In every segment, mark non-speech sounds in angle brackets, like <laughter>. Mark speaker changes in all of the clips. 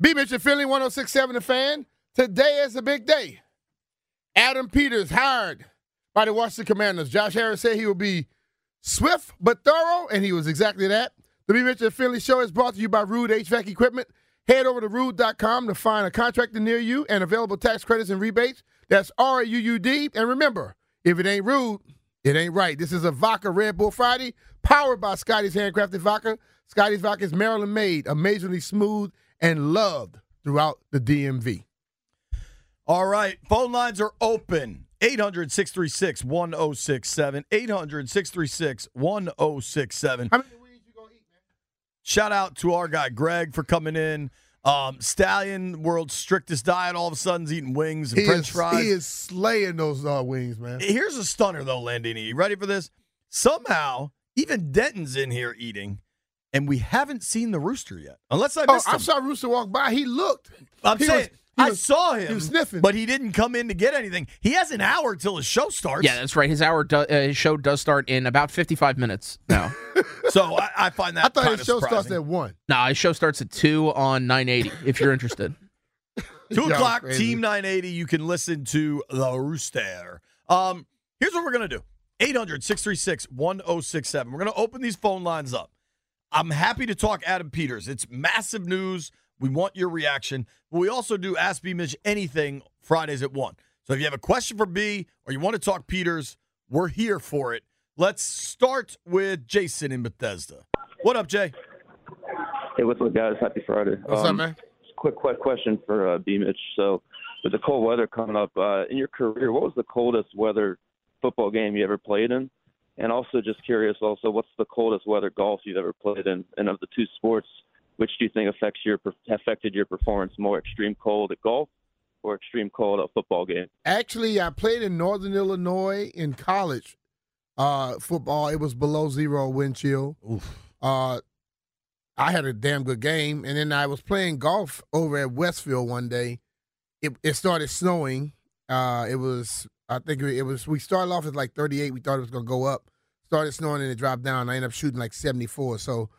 Speaker 1: B Mitchell Philly 1067 The Fan. Today is a big day. Adam Peters hired by the Washington Commanders. Josh Harris said he will be swift but thorough, and he was exactly that. The B Mitchell Finley Show is brought to you by Rude HVAC Equipment. Head over to rude.com to find a contractor near you and available tax credits and rebates. That's R U U D. And remember, if it ain't rude, it ain't right. This is a vodka Red Bull Friday, powered by Scotty's handcrafted vodka. Scotty's vodka is Maryland made, amazingly smooth and loved throughout the DMV.
Speaker 2: All right, phone lines are open. 800 636 1067. 800 636 1067.
Speaker 1: How many wings you gonna eat, man?
Speaker 2: Shout out to our guy Greg for coming in. Um, Stallion, world's strictest diet, all of a sudden's eating wings and
Speaker 1: He
Speaker 2: french
Speaker 1: is,
Speaker 2: fries.
Speaker 1: he is slaying those uh, wings, man.
Speaker 2: Here's a stunner, though, Landini. You ready for this? Somehow, even Denton's in here eating, and we haven't seen the rooster yet. Unless I
Speaker 1: Oh,
Speaker 2: missed
Speaker 1: I
Speaker 2: him.
Speaker 1: saw Rooster walk by. He looked.
Speaker 2: I'm
Speaker 1: He
Speaker 2: saying,
Speaker 1: was- he
Speaker 2: I
Speaker 1: was-
Speaker 2: saw him.
Speaker 1: He was sniffing.
Speaker 2: But he didn't come in to get anything. He has an hour till his show starts.
Speaker 3: Yeah, that's right. His hour, do, uh, his show does start in about fifty-five minutes
Speaker 1: <laughs>
Speaker 3: now.
Speaker 2: So I, I find that
Speaker 1: I thought
Speaker 2: kinda
Speaker 1: his show starts
Speaker 2: surprising.
Speaker 1: at one.
Speaker 3: nah, his show starts at two on nine eighty. If you're interested,
Speaker 2: Two
Speaker 1: Y'all
Speaker 2: o'clock,
Speaker 1: crazy.
Speaker 2: Team 980. You can listen to The Rooster. Um, here's what we're going to do 800 636 1067. We're going to open these phone lines up. I'm happy to talk Adam Peters. It's massive news. We want your reaction. But we also do Ask B Mitch anything Fridays at 1. So if you have a question for B or you want to talk Peters, we're here for it. Let's start with Jason in Bethesda. What up, Jay?
Speaker 4: Hey, what's up, guys? Happy Friday.
Speaker 1: <laughs> What's up,
Speaker 4: Um,
Speaker 1: man?
Speaker 4: Quick, quick question for uh, B. Mitch. So, with the cold weather coming up, uh, in your career, what was the coldest weather football game you ever played in? And also, just curious, also, what's the coldest weather golf you've ever played in? And of the two sports, which do you think affects your per- affected your performance more, extreme cold at golf or extreme cold at a football game?
Speaker 1: Actually, I played in Northern Illinois in college uh, football. It was below zero wind chill. Uh, I had a damn good game, and then I was playing golf over at Westfield one day. It, it started snowing. Uh, it was I think it was we started off at like 38. We thought it was gonna go up. Started snowing and it dropped down. I ended up shooting like 74. So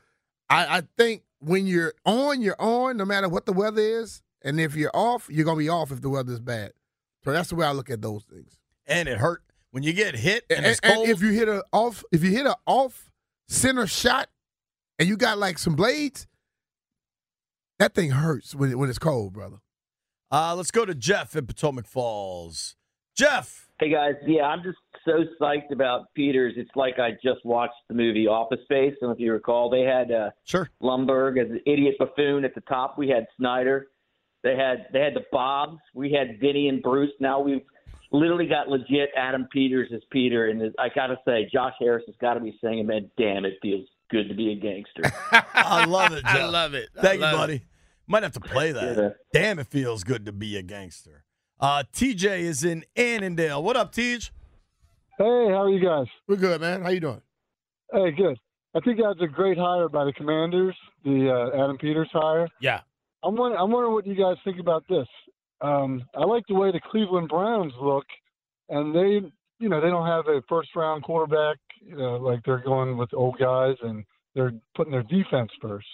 Speaker 1: I, I think when you're on, you're on, no matter what the weather is. And if you're off, you're gonna be off if the weather's bad. So that's the way I look at those things.
Speaker 2: And it hurt. When you get hit and,
Speaker 1: And,
Speaker 2: it's
Speaker 1: and
Speaker 2: cold,
Speaker 1: if you hit a off, if you hit a off center shot, and you got like some blades, that thing hurts when it, when it's cold, brother.
Speaker 2: Uh, let's go to Jeff in Potomac Falls. Jeff,
Speaker 5: Hey guys, yeah, I'm just so psyched about Peters. It's like I just watched the movie Office Space, and if you recall, they had uh,
Speaker 2: sure.
Speaker 5: Lumberg as the idiot buffoon at the top. We had Snyder. They had they had the Bobs. We had Vinny and Bruce. Now we've literally got legit Adam Peters as Peter, and I gotta say, Josh Harris has got to be saying, "Man, damn, it feels good to be a gangster."
Speaker 2: I
Speaker 1: <laughs>
Speaker 2: love it. Jeff.
Speaker 3: I love it. I
Speaker 2: Thank
Speaker 3: love
Speaker 2: you,
Speaker 3: it.
Speaker 2: buddy. Might have to play that.
Speaker 5: Yeah.
Speaker 2: Damn, it feels good to be a gangster. Uh, TJ is in Annandale. What up, TJ?
Speaker 6: Hey, how are you guys?
Speaker 1: We're good, man. How you doing?
Speaker 6: Hey, good. I think that's a great hire by the Commanders, the uh, Adam Peters hire.
Speaker 2: Yeah.
Speaker 6: I'm wondering, I'm wondering what you guys think about this. Um, I like the way the Cleveland Browns look, and they, you know, they don't have a first-round quarterback. You know, like they're going with old guys, and they're putting their defense first.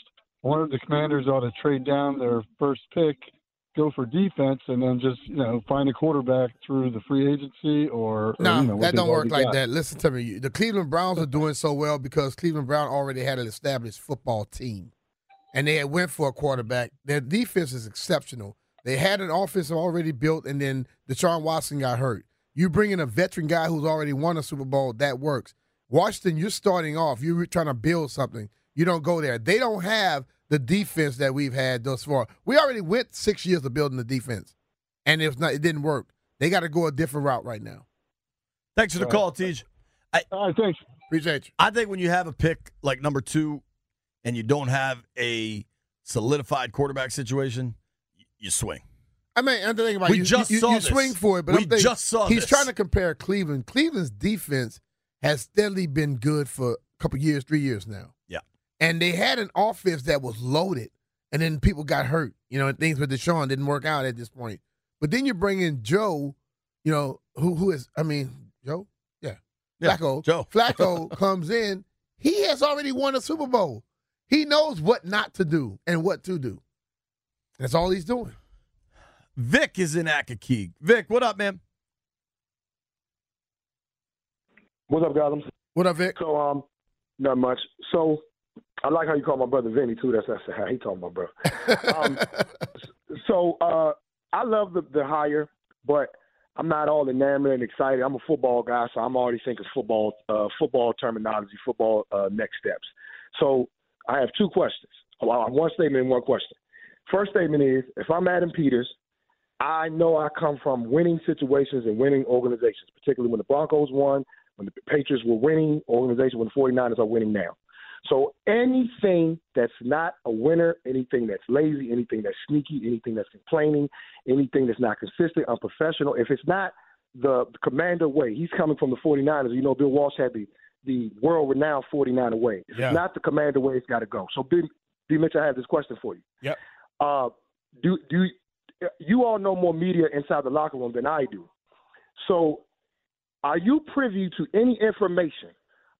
Speaker 6: I wonder if the Commanders ought to trade down their first pick, go for defense, and then just, you know, find a quarterback through the free agency or. or,
Speaker 1: No,
Speaker 6: you know, what
Speaker 1: that
Speaker 6: they've
Speaker 1: don't
Speaker 6: already
Speaker 1: work like
Speaker 6: got.
Speaker 1: that. Listen to me. The Cleveland Browns are doing so well because Cleveland Brown already had an established football team. and they had went for a quarterback. Their defense is exceptional. They had an offense already built, and then Deshaun Watson got hurt. You bring in a veteran guy who's already won a Super Bowl, that works. Washington, you're starting off. You're trying to build something. You don't go there. They don't have the defense that we've had thus far. We already went six years of building the defense, and if not, it didn't work. They got to go a different route right now.
Speaker 2: Thanks for the
Speaker 6: Uh,
Speaker 2: call, Tej.
Speaker 6: All right, thanks.
Speaker 1: Appreciate you.
Speaker 2: I think when you have a pick like number two and you don't have a solidified quarterback situation, y- you swing.
Speaker 1: I mean, I'm thinking about
Speaker 2: We
Speaker 1: you,
Speaker 2: just
Speaker 1: you, you
Speaker 2: saw this.
Speaker 1: swing for it, but
Speaker 2: We
Speaker 1: I'm thinking,
Speaker 2: just saw
Speaker 1: he's
Speaker 2: this.
Speaker 1: trying to compare Cleveland. Cleveland's defense has steadily been good for a couple years, three years now.
Speaker 2: Yeah.
Speaker 1: and they had an offense that was loaded, and then people got hurt. You know, and things with Deshaun didn't work out at this point. But then you bring in Joe, you know, who who is I mean Joe, yeah,
Speaker 2: Yeah,
Speaker 1: Flacco.
Speaker 2: Joe. <laughs>
Speaker 1: Flacco comes in. He has already won a Super Bowl. He knows what not to do and what to do. That's all he's doing.
Speaker 2: Vic is in Akakeek. Vic, what up, man?
Speaker 7: What's up, guys? I'm-
Speaker 1: What up, Vic?
Speaker 7: So, um, not much. So, I like how you call my brother Vinny too. That's that's how he talking about, bro. Um,
Speaker 1: <laughs>
Speaker 7: so, uh, I love the the hire, but I'm not all enamored and excited. I'm a football guy, so I'm already thinking football, uh, football terminology, football uh, next steps. So, I have two questions. Well, one statement and one question. First statement is: If I'm Adam Peters, I know I come from winning situations and winning organizations, particularly when the Broncos won, when the Patriots were winning organization, when the 49ers are winning now. So anything that's not a winner, anything that's lazy, anything that's sneaky, anything that's complaining, anything that's not consistent, unprofessional, if it's not the commander way, he's coming from the 49ers. You know, Bill Walsh had the, the world renowned 49er way. If
Speaker 1: Yeah.
Speaker 7: it's not the commander way, it's got to go. So, D. D. Mitchell, I have this question for you.
Speaker 1: Yep.
Speaker 7: Uh, do, do, you all know more media inside the locker room than I do. So, are you privy to any information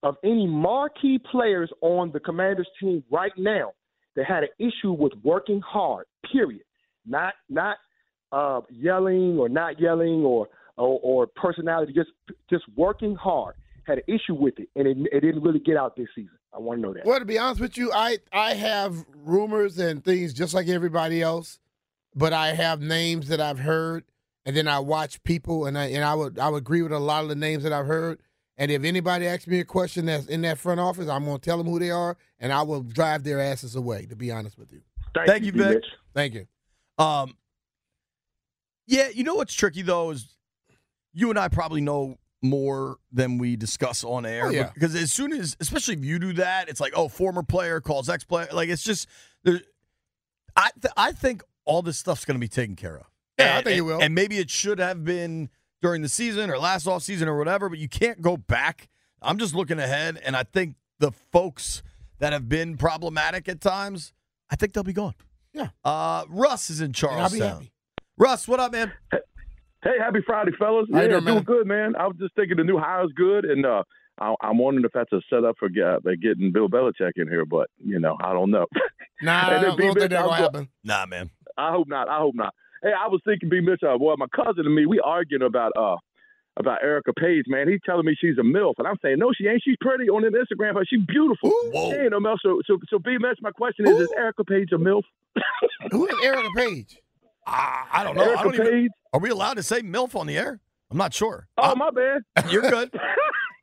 Speaker 7: of any marquee players on the Commanders team right now that had an issue with working hard? Period. Not not uh, yelling or not yelling or, or or personality. Just just working hard had an issue with it, and it, it didn't really get out this season. I want to know that.
Speaker 1: Well, to be honest with you, I I have rumors and things just like everybody else, but I have names that I've heard, and then I watch people, and I and I would I would agree with a lot of the names that I've heard. And if anybody asks me a question that's in that front office, I'm gonna tell them who they are, and I will drive their asses away. To be honest with you,
Speaker 2: Thank you,
Speaker 7: D.
Speaker 2: Vic.
Speaker 7: Mitch.
Speaker 1: thank you.
Speaker 2: Um, yeah, you know what's tricky though is you and I probably know more than we discuss on air.
Speaker 1: Oh, yeah.
Speaker 2: Because as soon as, especially if you do that, it's like, oh, former player calls ex player. Like it's just there. I th- I think all this stuff's going to be taken care of.
Speaker 1: Yeah, I
Speaker 2: And-
Speaker 1: think it
Speaker 2: and-
Speaker 1: will.
Speaker 2: And maybe it should have been during the season or last off season or whatever, but you can't go back. I'm just looking ahead, and I think the folks that have been problematic at times, I think they'll be gone.
Speaker 1: Yeah.
Speaker 2: Uh, Russ is in
Speaker 1: And I'll be
Speaker 2: Charlestown.
Speaker 1: happy.
Speaker 2: Russ, what up, man?
Speaker 8: Hey, happy Friday, fellas.
Speaker 1: How you
Speaker 8: yeah,
Speaker 1: doing, man?
Speaker 8: good, man. I was just thinking the new hire is good, and uh, I, I'm wondering if that's a setup for uh, getting Bill Belichick in here, but, you know, I don't know.
Speaker 1: Nah, I
Speaker 8: Hey,
Speaker 1: don't,
Speaker 8: B,
Speaker 1: I don't think
Speaker 8: Mitch,
Speaker 1: that
Speaker 8: I'm
Speaker 1: gonna
Speaker 8: go-
Speaker 1: happen.
Speaker 2: Nah, man.
Speaker 8: I hope not. I hope not. Hey, I was thinking, B. Mitchell, boy, my cousin and me, we arguing about uh about Erica Page, man. He's telling me she's a MILF, and I'm saying, no, she ain't. She's pretty on an Instagram, but she's beautiful.
Speaker 2: Whoa.
Speaker 8: She ain't no MILF. So, so, so B. Mitch, my question is, is Erica Page a MILF?
Speaker 1: Who is Erica Page?
Speaker 2: I, I don't know.
Speaker 8: Erica
Speaker 2: I don't
Speaker 8: Page?
Speaker 2: even, are we allowed to say MILF on the air? I'm not sure.
Speaker 8: Oh, my bad.
Speaker 2: Uh, <laughs> you're good.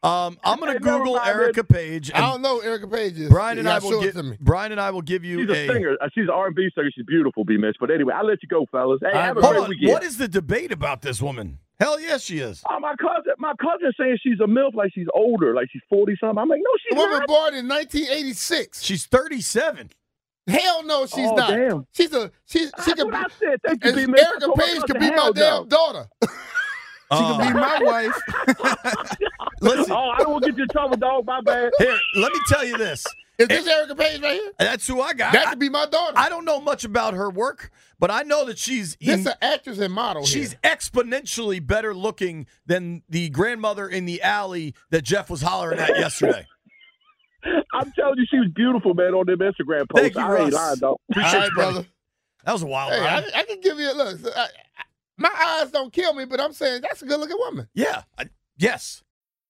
Speaker 2: Um, I'm going
Speaker 8: Hey,
Speaker 2: to
Speaker 8: <laughs> never
Speaker 2: Google
Speaker 8: mind,
Speaker 2: Erica Page.
Speaker 1: I
Speaker 2: And
Speaker 1: don't know. who Erica Page is
Speaker 2: Brian and
Speaker 1: Y'all
Speaker 2: I will
Speaker 1: show it
Speaker 2: give
Speaker 1: to me.
Speaker 2: Brian and I will give you
Speaker 8: She's
Speaker 2: a.
Speaker 8: a singer. Uh, She's an R&B singer. She's beautiful, B. Mitch. But anyway, I'll let you go, fellas. Hey,
Speaker 1: right,
Speaker 8: have a
Speaker 2: Hold
Speaker 8: great
Speaker 2: on.
Speaker 8: weekend.
Speaker 2: What is the debate about this woman? Hell yes, she is.
Speaker 8: Oh, my cousin, my cousin saying she's a milf, like she's older, like she's forty something. I'm like, no,
Speaker 1: The
Speaker 8: she's
Speaker 1: woman
Speaker 8: not.
Speaker 1: born in 1986.
Speaker 2: She's 37.
Speaker 1: Hell no, she's
Speaker 8: Oh,
Speaker 1: not.
Speaker 8: damn.
Speaker 1: She's a she's she
Speaker 8: That's what
Speaker 1: could be
Speaker 8: I said. Thank you,
Speaker 1: As
Speaker 8: B. Mitch. I
Speaker 1: Erica
Speaker 8: told my
Speaker 1: Page
Speaker 8: cousin,
Speaker 1: could be my
Speaker 8: hell
Speaker 1: damn
Speaker 8: no.
Speaker 1: daughter.
Speaker 3: She could be
Speaker 1: <laughs>
Speaker 2: Um,
Speaker 3: my wife.
Speaker 8: <laughs>
Speaker 2: listen,
Speaker 8: Oh, I don't want to get you in trouble, dog. My bad.
Speaker 2: here, let me tell you this.
Speaker 1: Is this Erica Page right here?
Speaker 2: That's who I got.
Speaker 1: That
Speaker 2: I,
Speaker 1: could be my daughter.
Speaker 2: I don't know much about her work, but I know that she's
Speaker 1: this
Speaker 2: in-
Speaker 1: an actress and model.
Speaker 2: She's
Speaker 1: here.
Speaker 2: exponentially better looking than the grandmother in the alley that Jeff was hollering at yesterday.
Speaker 8: I'm telling you, she was beautiful, man, on them Instagram posts.
Speaker 2: Thank you,
Speaker 8: I
Speaker 2: Russ.
Speaker 8: ain't lying, dog.
Speaker 2: Appreciate
Speaker 1: All right,
Speaker 2: you, brother.
Speaker 1: brother.
Speaker 2: That was a wild
Speaker 1: Hey,
Speaker 2: ride.
Speaker 1: I, I can give you a look. So I, I- my eyes don't kill me, but I'm saying that's a good looking woman.
Speaker 2: yeah. I- yes.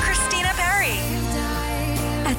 Speaker 9: Christina Perry. At